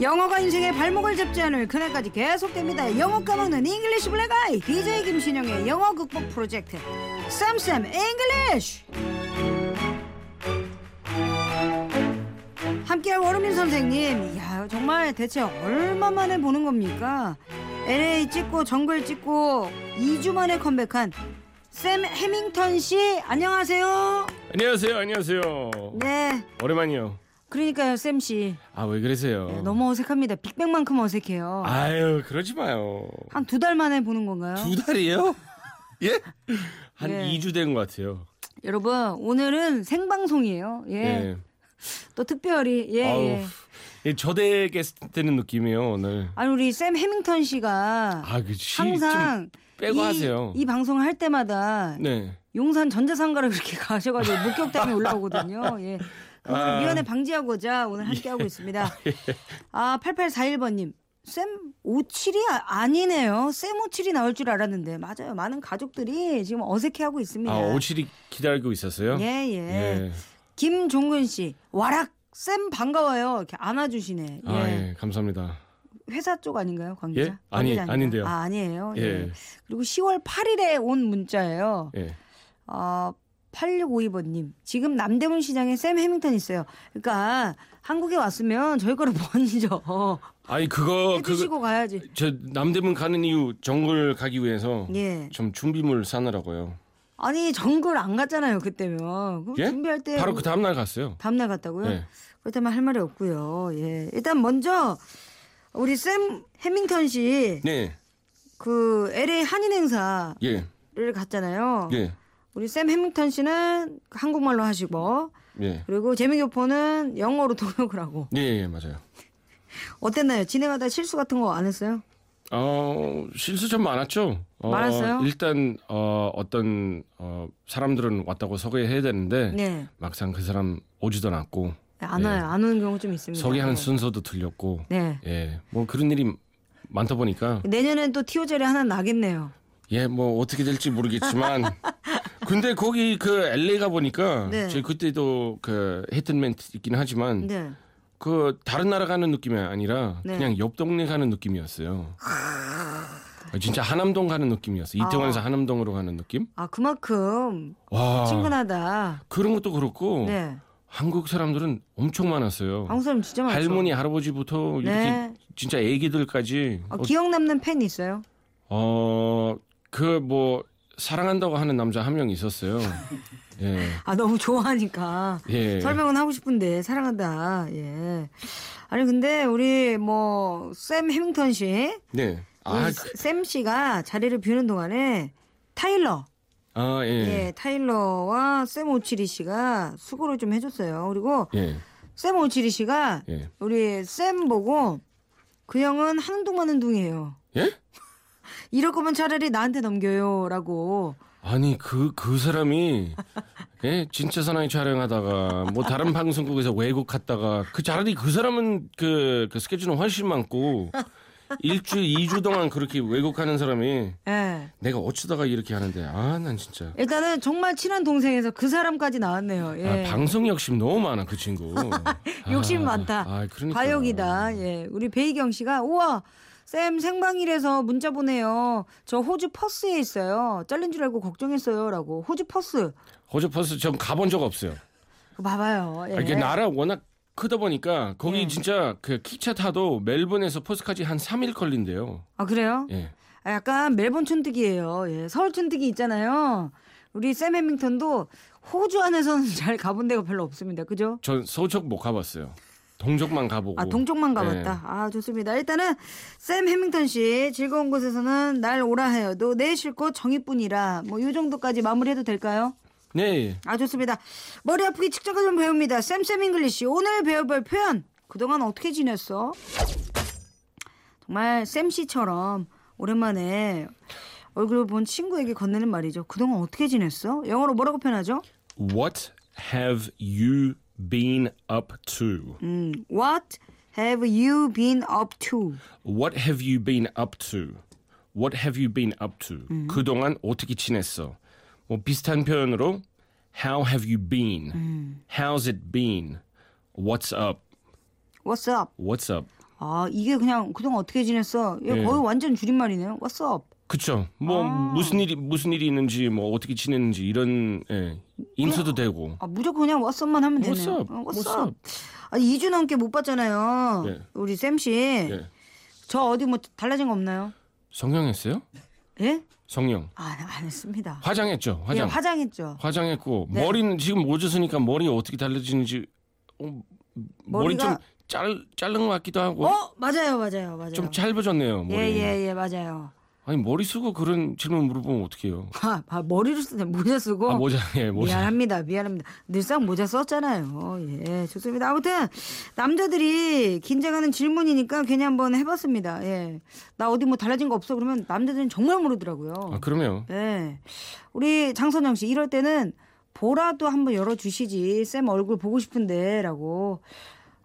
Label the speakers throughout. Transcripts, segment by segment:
Speaker 1: 영어가 인생의 발목을 잡지 않을 그날까지 계속됩니다. 영어 까먹는 잉글리시 블랙아이 DJ 김신영의 영어 극복 프로젝트 쌤쌤 잉글리쉬 함께할 월우민 선생님 야 정말 대체 얼마만에 보는 겁니까? LA 찍고 정글 찍고 2주 만에 컴백한 샘 해밍턴 씨 안녕하세요.
Speaker 2: 안녕하세요, 안녕하세요.
Speaker 1: 네
Speaker 2: 오랜만이요.
Speaker 1: 그러니까요 샘 씨.
Speaker 2: 아 왜 그러세요?
Speaker 1: 네, 너무 어색합니다. 빅뱅만큼 어색해요.
Speaker 2: 아유 그러지 마요.
Speaker 1: 한 두 달 만에 보는 건가요?
Speaker 2: 두 달이에요? 예? 한
Speaker 1: 네.
Speaker 2: 2주 된 것 같아요.
Speaker 1: 여러분 오늘은 생방송이에요. 예. 또 특별히 예.
Speaker 2: 네. 아우,
Speaker 1: 예.
Speaker 2: 예, 저대 게스트 되는 느낌이에요 오늘.
Speaker 1: 아니 우리 샘 해밍턴 씨가
Speaker 2: 아, 그 씨,
Speaker 1: 항상
Speaker 2: 빼고
Speaker 1: 이,
Speaker 2: 하세요.
Speaker 1: 이 방송을 할 때마다
Speaker 2: 좀, 네.
Speaker 1: 용산 전자상가를 그렇게 가셔가지고 목격담이 올라오거든요. 예. 그걸
Speaker 2: 아. 예.
Speaker 1: 미연에 방지하고자 오늘 함께하고 있습니다. 아, 8841번님. 쌤 57이 아니네요. 쌤 57이 나올 줄 알았는데. 맞아요. 많은 가족들이 지금 어색해하고 있습니다.
Speaker 2: 아 오칠이 기다리고 있었어요.
Speaker 1: 네. 예, 예.
Speaker 2: 예.
Speaker 1: 김종근 씨. 와락! 쌤 반가워요. 이렇게 안아주시네. 예.
Speaker 2: 아 예, 감사합니다.
Speaker 1: 회사 쪽 아닌가요? 관계자?
Speaker 2: 예? 아니,
Speaker 1: 관계자 아닌가요?
Speaker 2: 아닌데요.
Speaker 1: 아, 아니에요. 예.
Speaker 2: 예.
Speaker 1: 그리고 10월 8일에 온 문자예요.
Speaker 2: 예.
Speaker 1: 어, 8652번님, 지금 남대문 시장에 샘 해밍턴 있어요. 그러니까 한국에 왔으면 저희 거를 먼저
Speaker 2: 아니 어, 그거
Speaker 1: 해주시고 가야지.
Speaker 2: 그저 남대문 가는 이유 정글 가기 위해서
Speaker 1: 예.
Speaker 2: 좀 준비물 사느라고요.
Speaker 1: 아니 정글 안 갔잖아요 그때면. 그럼
Speaker 2: 예?
Speaker 1: 준비할 때
Speaker 2: 바로 그 다음 날 갔어요.
Speaker 1: 다음날 갔다고요?
Speaker 2: 예.
Speaker 1: 그렇다면 할 말이 없고요. 예. 일단 먼저 우리 샘 해밍턴 씨
Speaker 2: 네.
Speaker 1: 그 LA 한인 행사를
Speaker 2: 예.
Speaker 1: 갔잖아요.
Speaker 2: 예.
Speaker 1: 우리 샘 해밍턴 씨는 한국말로 하시고
Speaker 2: 예.
Speaker 1: 그리고 재미교포는 영어로 통역을 하고
Speaker 2: 예, 예, 맞아요.
Speaker 1: 어땠나요? 진행하다 실수 같은 거 안 했어요?
Speaker 2: 어, 실수 좀 많았죠. 어,
Speaker 1: 많았어요?
Speaker 2: 일단 어, 어떤 어, 사람들은 왔다고 소개해야 되는데
Speaker 1: 네.
Speaker 2: 막상 그 사람 오지도 않았고
Speaker 1: 안
Speaker 2: 예.
Speaker 1: 와요. 안 오는 경우 좀 있습니다.
Speaker 2: 소개하는 순서도 틀렸고
Speaker 1: 네.
Speaker 2: 예. 뭐 그런 일이 많다 보니까
Speaker 1: 내년엔 또 티오젤이 하나 나겠네요.
Speaker 2: 예, 뭐 어떻게 될지 모르겠지만 근데 거기 그 LA 가 보니까
Speaker 1: 네.
Speaker 2: 저희 그때도 그 헤트맨 있긴 하지만
Speaker 1: 네.
Speaker 2: 그 다른 나라 가는 느낌이 아니라
Speaker 1: 네.
Speaker 2: 그냥 옆 동네 가는 느낌이었어요. 아, 진짜 하남동 가는 느낌이었어요. 이태원에서 하남동으로 가는 느낌?
Speaker 1: 아 그만큼
Speaker 2: 와
Speaker 1: 아. 친근하다.
Speaker 2: 그런 것도 그렇고
Speaker 1: 네.
Speaker 2: 한국 사람들은 엄청 많았어요.
Speaker 1: 한국 사람 진짜 많죠.
Speaker 2: 할머니 할아버지부터
Speaker 1: 네.
Speaker 2: 이렇게 진짜 애기들까지
Speaker 1: 어, 기억 남는 팬 있어요?
Speaker 2: 어 그 뭐 사랑한다고 하는 남자 한 명 있었어요. 예.
Speaker 1: 아 너무 좋아하니까
Speaker 2: 예.
Speaker 1: 설명은 하고 싶은데 사랑한다. 예. 아니 근데 우리 뭐 샘 해밍턴 씨,
Speaker 2: 네. 아,
Speaker 1: 우리
Speaker 2: 그-
Speaker 1: 샘 씨가 자리를 비우는 동안에 타일러
Speaker 2: 아
Speaker 1: 예,
Speaker 2: 예.
Speaker 1: 타일러와 샘 오치리 씨가 수고를 좀 해줬어요. 그리고
Speaker 2: 예.
Speaker 1: 샘 오치리 씨가
Speaker 2: 예.
Speaker 1: 우리 샘 보고 그 형은 하는 둥 마는 둥이에요.
Speaker 2: 예?
Speaker 1: 이럴 거면 차라리 나한테 넘겨요라고.
Speaker 2: 아니 그 그 사람이 예 진짜 사나이 촬영하다가 뭐 다른 방송국에서 외국 갔다가 그 차라리 그 사람은 그, 그 스케줄은 훨씬 많고 일주일 2주 동안 그렇게 외국 가는 사람이
Speaker 1: 예.
Speaker 2: 내가 어쩌다가 이렇게 하는데 아 난 진짜
Speaker 1: 일단은 정말 친한 동생에서 그 사람까지 나왔네요. 예.
Speaker 2: 아, 방송 욕심 너무 많아 그 친구
Speaker 1: 욕심
Speaker 2: 아,
Speaker 1: 많다.
Speaker 2: 아, 그러니까.
Speaker 1: 과욕이다. 예. 우리 베이경 씨가 우와 쌤 생방이라서 문자 보내요. 저 호주 퍼스에 있어요. 잘린 줄 알고 걱정했어요라고. 호주 퍼스.
Speaker 2: 호주 퍼스 전 가본 적 없어요
Speaker 1: 그거 봐봐요. 예.
Speaker 2: 아, 이게 나라 워낙 크다 보니까 거기 진짜 그 기차 타도 멜번에서 퍼스까지 한 3일 걸린대요
Speaker 1: 아 그래요?
Speaker 2: 예
Speaker 1: 아, 약간 멜본 촌뜨기예요. 예, 서울 촌뜨기 있잖아요. 우리 샘 해밍턴도 호주 안에서는 잘 가본 데가 별로 없습니다. 그죠?
Speaker 2: 전 서쪽 못 가봤어요. 동쪽만 가보고.
Speaker 1: 아 동쪽만 가봤다.
Speaker 2: 네.
Speaker 1: 아 좋습니다. 일단은 샘 해밍턴 씨 즐거운 곳에서는 날 오라 해요도 내쉴 곳 정의뿐이라 뭐 요 정도까지 마무리해도 될까요?
Speaker 2: 네.
Speaker 1: 아 좋습니다. 머리 아프기 직전까지 좀 배웁니다. 쌤쌤 잉글리시 오늘 배워볼 표현 그동안 어떻게 지냈어? 정말 쌤 씨처럼 오랜만에 얼굴을 본 친구에게 건네는 말이죠. 그동안 어떻게 지냈어? 영어로 뭐라고 표현하죠?
Speaker 2: What have you been up to?
Speaker 1: 음, What have you been up to?
Speaker 2: What have you been up to? What have you been up to?
Speaker 1: 음.
Speaker 2: 그동안 어떻게 지냈어? 뭐 비슷한 표현으로 How have you
Speaker 1: 음.
Speaker 2: been? How's it been? What's up?
Speaker 1: What's up?
Speaker 2: What's up?
Speaker 1: 아 이게 그냥 그동안 어떻게 지냈어? 얘
Speaker 2: 예.
Speaker 1: 거의 완전 줄임말이네요. What's up?
Speaker 2: 그쵸. 뭐
Speaker 1: 아.
Speaker 2: 무슨 일이 무슨 일이 있는지 뭐 어떻게 지냈는지 이런 예, 인사도 되고.
Speaker 1: 아 무조건 그냥 What's up만 하면 되네요.
Speaker 2: What's up?
Speaker 1: 어,
Speaker 2: What's
Speaker 1: What's up?
Speaker 2: up?
Speaker 1: 아 2주 넘게 못 봤잖아요.
Speaker 2: 예.
Speaker 1: 우리 쌤 씨.
Speaker 2: 예.
Speaker 1: 저 어디 뭐 달라진 거 없나요?
Speaker 2: 성형했어요?
Speaker 1: 예?
Speaker 2: 성형.
Speaker 1: 아안 했습니다.
Speaker 2: 화장했죠.
Speaker 1: 예,
Speaker 2: 화장.
Speaker 1: 화장했죠.
Speaker 2: 화장했고
Speaker 1: 네.
Speaker 2: 머리는 지금 모자으니까 머리 어떻게 달라지는지 어, 머리
Speaker 1: 머리가-
Speaker 2: 좀짤 자른 것 같기도 하고
Speaker 1: 어 맞아요 맞아요 맞아요.
Speaker 2: 좀 짧아졌네요 머리.
Speaker 1: 예예예 맞아요.
Speaker 2: 아니 머리 쓰고 그런 질문 물어보면 어떡해요
Speaker 1: 아, 아, 머리를 쓰는 모자 쓰고.
Speaker 2: 아 모자 예 모자
Speaker 1: 어. 미안합니다, 미안합니다. 늘상 모자 썼잖아요. 예, 좋습니다. 아무튼 남자들이 긴장하는 질문이니까 괜히 한번 해봤습니다. 예, 나 어디 뭐 달라진 거 없어? 그러면 남자들은 정말 모르더라고요.
Speaker 2: 아 그러면
Speaker 1: 예, 우리 장선영 씨 이럴 때는 보라도 한번 열어 주시지. 쌤 얼굴 보고 싶은데라고.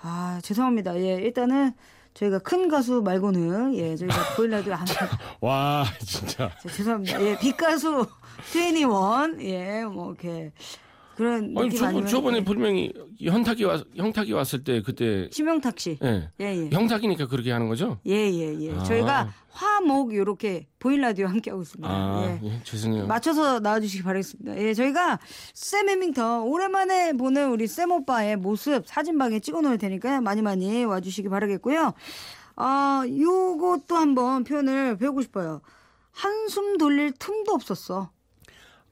Speaker 1: 아 죄송합니다. 예, 일단은 저희가 큰 가수 말고는 예 저희가 보일라도 안.
Speaker 2: 와 진짜
Speaker 1: 저 죄송합니다. 예, 빛가수 21. 예, 뭐, 이렇게. 그런.
Speaker 2: 아니
Speaker 1: 느낌
Speaker 2: 저번
Speaker 1: 아니면-
Speaker 2: 저번에
Speaker 1: 예.
Speaker 2: 분명히 현탁이 와 형탁이 왔을 때 그때
Speaker 1: 심영탁 씨.
Speaker 2: 예
Speaker 1: 예, 예.
Speaker 2: 형탁이니까 그렇게 하는 거죠
Speaker 1: 예, 예, 예.
Speaker 2: 아.
Speaker 1: 저희가 화목 요렇게 보일라디오 함께하고 있습니다.
Speaker 2: 아
Speaker 1: 예.
Speaker 2: 예, 죄송해요
Speaker 1: 맞춰서 나와주시기 바라겠습니다. 예, 저희가 쌤 해밍턴 오랜만에 보는 우리 쌤 오빠의 모습 사진방에 찍어놓을 테니까 많이 많이 와주시기 바라겠고요. 아, 요것도 한번 표현을 배우고 싶어요. 한숨 돌릴 틈도 없었어.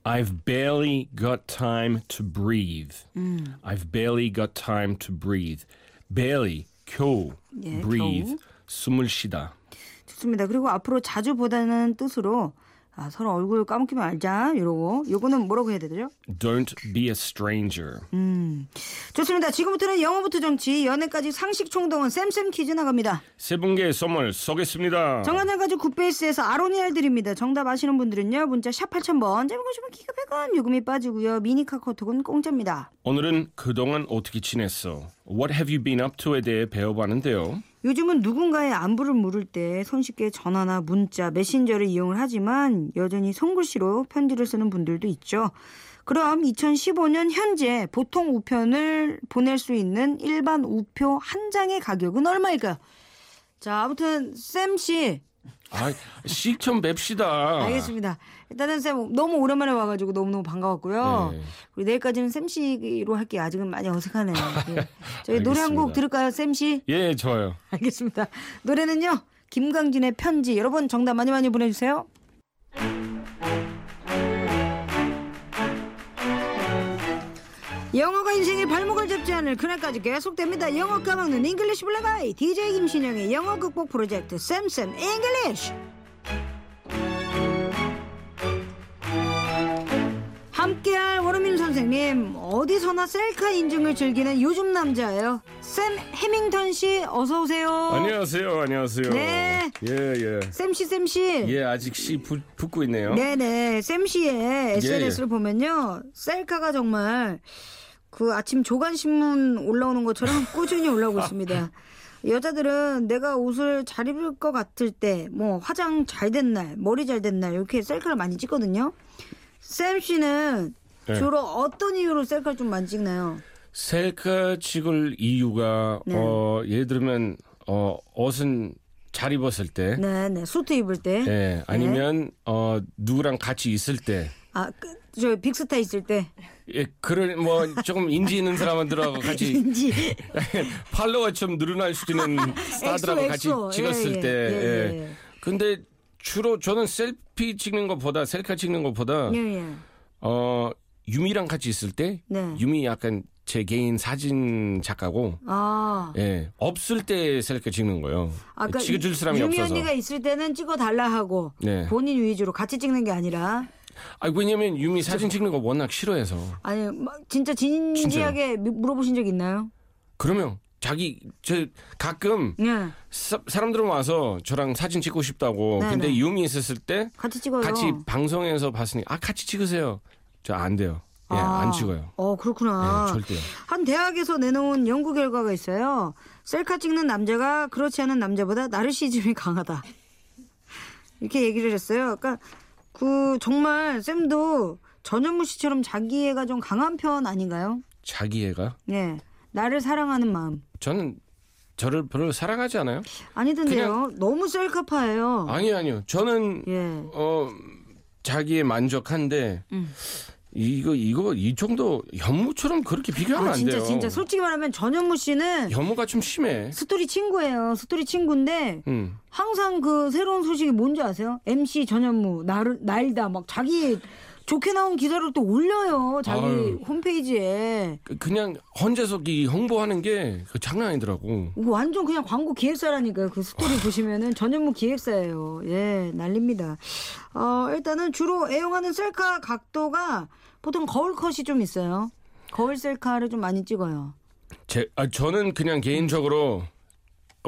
Speaker 3: I've barely got time to breathe.
Speaker 1: Mm.
Speaker 3: I've barely got time to breathe. barely 겨우
Speaker 1: 예,
Speaker 3: breathe
Speaker 1: 겨우.
Speaker 3: 숨을 쉬다.
Speaker 1: 좋습니다. 그리고 앞으로 자주 보다는 뜻으로 아, 서로 얼굴 까먹기만 알자 이러고 요거는 뭐라고 해야 되죠?
Speaker 3: Don't be a stranger.
Speaker 1: 음. 좋습니다. 지금부터는 영어부터 정치, 연애까지 상식 총동원 쌤쌤 퀴즈 나갑니다.
Speaker 3: 세 분께 선물
Speaker 2: 아.
Speaker 3: 쏘겠습니다.
Speaker 1: 정한장 가지 굿베이스에서 아로니알 드립니다. 정답 아시는 분들은요. 문자 샵 8000번. 짧은 거 시면 기가 100원. 요금이 빠지고요. 미니카 카톡은 공짜입니다.
Speaker 3: 오늘은 그동안 어떻게 지냈어? What have you been up to에 대해 배워봤는데요.
Speaker 1: 요즘은 누군가의 안부를 물을 때 손쉽게 전화나 문자, 메신저를 이용을 하지만 여전히 손글씨로 편지를 쓰는 분들도 있죠. 그럼 2015년 현재 보통 우편을 보낼 수 있는 일반 우표 한 장의 가격은 얼마일까요? 자, 아무튼 쌤 씨,
Speaker 2: 아 시청
Speaker 3: 어.
Speaker 2: 뵙시다
Speaker 1: 알겠습니다. 일단은 쌤 너무 오랜만에 와가지고 너무너무 반가웠고요.
Speaker 2: 네.
Speaker 1: 우리 내일까지는 쌤 씨로 할게요. 아직은 많이 어색하네요. 예. 저희 노래 한 곡
Speaker 3: 알겠습니다.
Speaker 1: 들을까요, 쌤 씨?
Speaker 3: 예, 좋아요.
Speaker 1: 알겠습니다. 노래는요. 김강진의 편지. 여러분 정답 많이 많이 보내주세요. 영어가 인생의 발목을 잡지 않을 그날까지 계속됩니다. 영어 까먹는 잉글리시 블랙아이 DJ 김신영의 영어 극복 프로젝트 쌤쌤 잉글리시 함께할 원어민 선생님 어디서나 셀카 인증을 즐기는 요즘 남자예요. 쌤 해밍턴 씨 어서 오세요.
Speaker 3: 안녕하세요, 안녕하세요.
Speaker 1: 네.
Speaker 3: 예, 예.
Speaker 1: 쌤씨 쌤씨.
Speaker 3: 예, 아직 씨 부, 붓고 있네요.
Speaker 1: 네네
Speaker 2: 예,
Speaker 1: 쌤씨의 SNS를 보면요 셀카가 정말 그 아침 조간 신문 올라오는 것처럼 꾸준히 올라오고 있습니다. 여자들은 내가 옷을 잘 입을 것 같을 때, 뭐 화장 잘 된 날, 머리 잘 된 날 이렇게 셀카를 많이 찍거든요. 쌤 씨는
Speaker 3: 네.
Speaker 1: 주로 어떤 이유로 셀카를 좀 많이 찍나요?
Speaker 2: 셀카 찍을 이유가
Speaker 1: 네.
Speaker 2: 어 예를 들면 어 옷은 잘 입었을 때
Speaker 1: 네네 수트 입을 때,
Speaker 2: 예, 아니면 어 누구랑 같이 있을 때
Speaker 1: 아저 빅스타 있을 때,
Speaker 2: 예, 그런 뭐 조금 인지 있는 사람들하고 같이
Speaker 1: 인지
Speaker 2: 팔로워가 좀 늘어날 수 있는 스타들하고 같이
Speaker 1: 네. 엑소.
Speaker 2: 찍었을
Speaker 1: 예,
Speaker 2: 때.
Speaker 1: 예, 예,
Speaker 2: 예.
Speaker 1: 예.
Speaker 2: 근데 주로 저는 셀피 찍는 것보다 셀카 찍는 것보다
Speaker 1: 예예
Speaker 2: 어 유미랑 같이 있을 때
Speaker 1: 네.
Speaker 2: 유미 약간 제 개인 사진 작가고
Speaker 1: 아
Speaker 2: 예 없을 때 셀카 찍는 거예요.
Speaker 1: 아까 그러니까
Speaker 2: 찍어줄 사람이
Speaker 1: 유미
Speaker 2: 없어서.
Speaker 1: 언니가 있을 때는 찍어달라 하고
Speaker 2: 네.
Speaker 1: 본인 위주로 같이 찍는 게 아니라
Speaker 2: 아 왜냐면 유미 사진 찍는 거 워낙 싫어해서
Speaker 1: 아니 막 진짜 진지하게 미- 물어보신 적 있나요?
Speaker 2: 그러면 자기 저 가끔
Speaker 1: 네
Speaker 2: 사, 사람들은 와서 저랑 사진 찍고 싶다고
Speaker 1: 네,
Speaker 2: 근데
Speaker 1: 네.
Speaker 2: 유미 있었을 때
Speaker 1: 같이 찍어요.
Speaker 2: 같이 예, 방송에서 봤으니 아 같이 찍으세요 저 안 돼요 예
Speaker 1: 아.
Speaker 2: 안 찍어요
Speaker 1: 어
Speaker 2: 예,
Speaker 1: 그렇구나.
Speaker 2: 절대요
Speaker 1: 한 대학에서 내놓은 연구 결과가 있어요. 셀카 찍는 남자가 그렇지 않은 남자보다 나르시즘이 강하다. 이렇게 얘기를 했어요. 그러니까 그 정말 쌤도 전현무 씨처럼 자기애가 좀 강한 편 아닌가요?
Speaker 2: 자기애가
Speaker 1: 예. 나를 사랑하는 마음.
Speaker 2: 저는 저를 별로 사랑하지 않아요?
Speaker 1: 아니던데요. 너무 셀카파예요.
Speaker 2: 아니요, 아니요. 저는
Speaker 1: 예.
Speaker 2: 어 자기의 만족한데
Speaker 1: 음.
Speaker 2: 이거 이거 이 정도 현무처럼 그렇게 비교하면
Speaker 1: 아
Speaker 2: 안
Speaker 1: 진짜
Speaker 2: 돼요.
Speaker 1: 진짜 솔직히 말하면 전현무 씨는
Speaker 2: 현무가 좀 심해.
Speaker 1: 스토리 친구예요. 스토리 친구인데
Speaker 2: 음.
Speaker 1: 항상 그 새로운 소식이 뭔지 아세요? MC 전현무 날 날다 막 자기 좋게 나온 기사를 또 올려요. 자기
Speaker 2: 아유.
Speaker 1: 홈페이지에
Speaker 2: 그- 그냥 헌재석이 홍보하는 게그 장난 아니더라고.
Speaker 1: 이거 완전 그냥 광고 기획사라니까요. 그 스토리 보시면은 전현무 기획사예요. 예, 난립니다. 어, 일단은 주로 애용하는 셀카 각도가 보통 거울 컷이 좀 있어요. 거울 셀카를 좀 많이 찍어요.
Speaker 2: 제, 아, 저는 그냥 개인적으로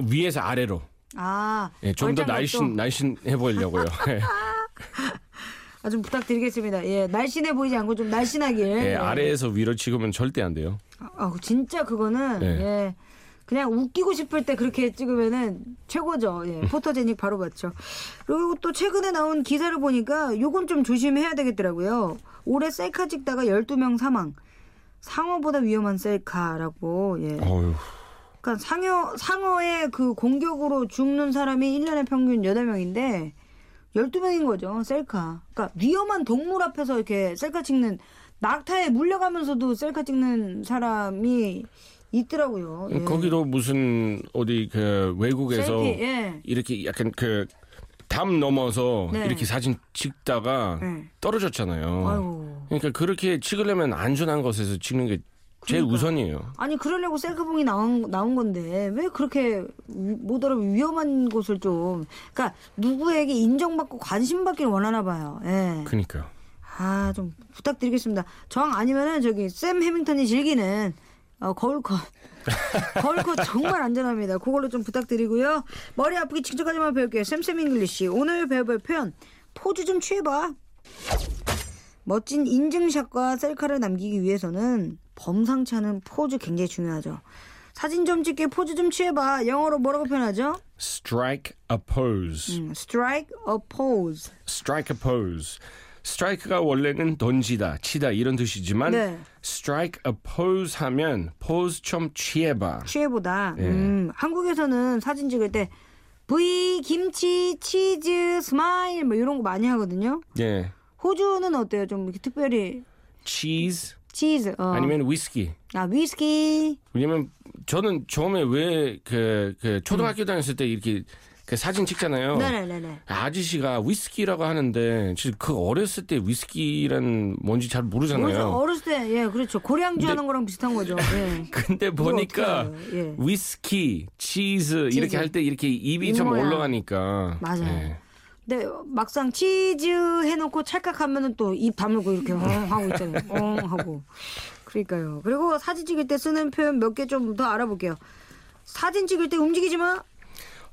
Speaker 2: 위에서 아래로
Speaker 1: 아,
Speaker 2: 예, 좀 더
Speaker 1: 얼짱 각도.
Speaker 2: 날씬 날씬해 보이려고요. 예.
Speaker 1: 아, 좀 부탁드리겠습니다. 예, 날씬해 보이지 않고 좀 날씬하길.
Speaker 2: 예,
Speaker 1: 네.
Speaker 2: 아래에서 위로 찍으면 절대 안 돼요.
Speaker 1: 아, 진짜 그거는
Speaker 2: 네.
Speaker 1: 예. 그냥 웃기고 싶을 때 그렇게 찍으면은 최고죠.
Speaker 2: 음.
Speaker 1: 예, 포토제닉 바로 맞죠. 그리고 또 최근에 나온 기사를 보니까 요건 좀 조심해야 되겠더라고요. 올해 셀카 찍다가 12명 사망. 상어보다 위험한 셀카라고. 예.
Speaker 2: 어휴.
Speaker 1: 그러니까 상어 상어의 그 공격으로 죽는 사람이 1년에 평균 8명인데 12명인 거죠. 셀카. 그러니까 위험한 동물 앞에서 이렇게 셀카 찍는 낙타에 물려가면서도 셀카 찍는 사람이 있더라고요. 예.
Speaker 2: 음. 거기도 무슨 어디 그 외국에서
Speaker 1: 셀피, 예.
Speaker 2: 이렇게 약간 그 담 넘어서
Speaker 1: 네.
Speaker 2: 이렇게 사진 찍다가
Speaker 1: 네.
Speaker 2: 떨어졌잖아요.
Speaker 1: 아이고.
Speaker 2: 그러니까 그렇게 찍으려면 안전한 곳에서 찍는 게 제일
Speaker 1: 그러니까요.
Speaker 2: 우선이에요.
Speaker 1: 아니 그러려고 셀카봉이 나온 나온 건데 왜 그렇게 위- 못 알아 위험한 곳을 좀 그러니까 누구에게 인정받고 관심받길 원하나 봐요. 예.
Speaker 2: 그러니까요.
Speaker 1: 아 좀 부탁드리겠습니다. 정 아니면은 저기 샘 해밍턴이 즐기는 어, 거울컷. 거울컷 정말 안전합니다. 그걸로 좀 부탁드리고요. 머리 아프기 직접까지만 배울게요. 샘샘 잉글리시 오늘 배워볼 표현 포즈 좀 취해봐. 멋진 인증샷과 셀카를 남기기 위해서는 범상치 않은 포즈 굉장히 중요하죠. 사진 좀 찍게 포즈 좀 취해봐. 영어로 뭐라고 표현하죠?
Speaker 3: Strike a pose.
Speaker 1: 음, strike a pose.
Speaker 3: Strike a pose. 스트라이크가 원래는 던지다, 치다 이런 뜻이지만
Speaker 1: 네.
Speaker 3: strike a pose 하면 pose 좀 취해봐.
Speaker 1: 취해보다.
Speaker 2: 예.
Speaker 1: 음, 한국에서는 사진 찍을 때 부이, 김치, 치즈, 스마일 뭐 이런 거 많이 하거든요.
Speaker 2: 예.
Speaker 1: 호주는 어때요? 좀 이렇게 특별히
Speaker 2: 치즈
Speaker 1: 치즈, 어.
Speaker 2: 아니면 위스키.
Speaker 1: 아 위스키.
Speaker 2: 왜냐면 저는 처음에 왜 그 초등학교 다녔을 때 이렇게 그 사진 찍잖아요.
Speaker 1: 네네네네.
Speaker 2: 아저씨가 위스키라고 하는데 진짜 그 어렸을 때 위스키란 뭔지 잘
Speaker 1: 모르죠.
Speaker 2: 모르잖아요.
Speaker 1: 어렸을 때, 예, 그렇죠. 고량주 하는 거랑 비슷한 거죠. 예.
Speaker 2: 근데 보니까
Speaker 1: 어떻게 알아요? 예.
Speaker 2: 위스키,
Speaker 1: 치즈.
Speaker 2: 치즈, 이렇게 할 때 이렇게 입이
Speaker 1: 입
Speaker 2: 좀
Speaker 1: 모양.
Speaker 2: 올라가니까
Speaker 1: 맞아요.
Speaker 2: 예.
Speaker 1: 근데 막상 치즈 해놓고 찰칵하면은 또 입 다물고 이렇게 엉 하고 있잖아요. 엉 하고. 그러니까요. 그리고 사진 찍을 때 쓰는 표현 몇 개 좀 더 알아볼게요. 사진 찍을 때 움직이지 마.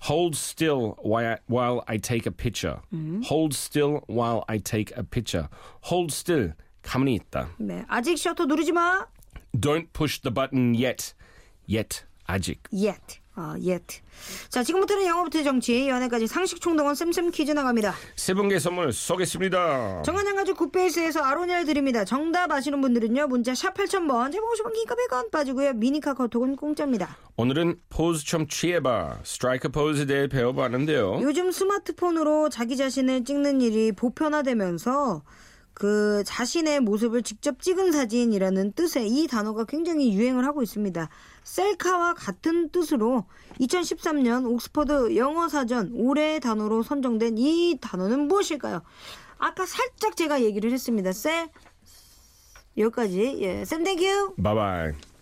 Speaker 3: Hold still while I, while I take a picture.
Speaker 1: 음.
Speaker 3: Hold still while I take a picture. Hold still. 가만히 있다.
Speaker 1: 네. 아직 셔터 누르지 마.
Speaker 3: Don't push the button yet. Yet. 아직.
Speaker 1: yet. 아, yet. 자, 지금부터는 영어부터 정치, 연애까지 상식 총동원 쌤쌤 퀴즈 나갑니다.
Speaker 3: 세 분께 선물 쏘겠습니다.
Speaker 1: 정한양 가족 굿베이스에서 아로니아를 드립니다. 정답 아시는 분들은요, 문자 샵 8000번, 제목 50원, 긴가 100원 빠지고요, 미니카 카톡은 공짜입니다.
Speaker 3: 오늘은 포즈 좀 취해봐. 스트라이크 포즈에 대해
Speaker 2: 그렇죠.
Speaker 3: 배워봤는데요.
Speaker 1: 요즘 스마트폰으로 자기 자신을 찍는 일이 보편화되면서 그 자신의 모습을 직접 찍은 사진이라는 뜻의 이 단어가 굉장히 유행을 하고 있습니다. 셀카와 같은 뜻으로 2013년 옥스퍼드 영어사전 올해의 단어로 선정된 이 단어는 무엇일까요? 아까 살짝 제가 얘기를 했습니다. 셀 여기까지 예, 쌤 땡큐
Speaker 3: 바이바이.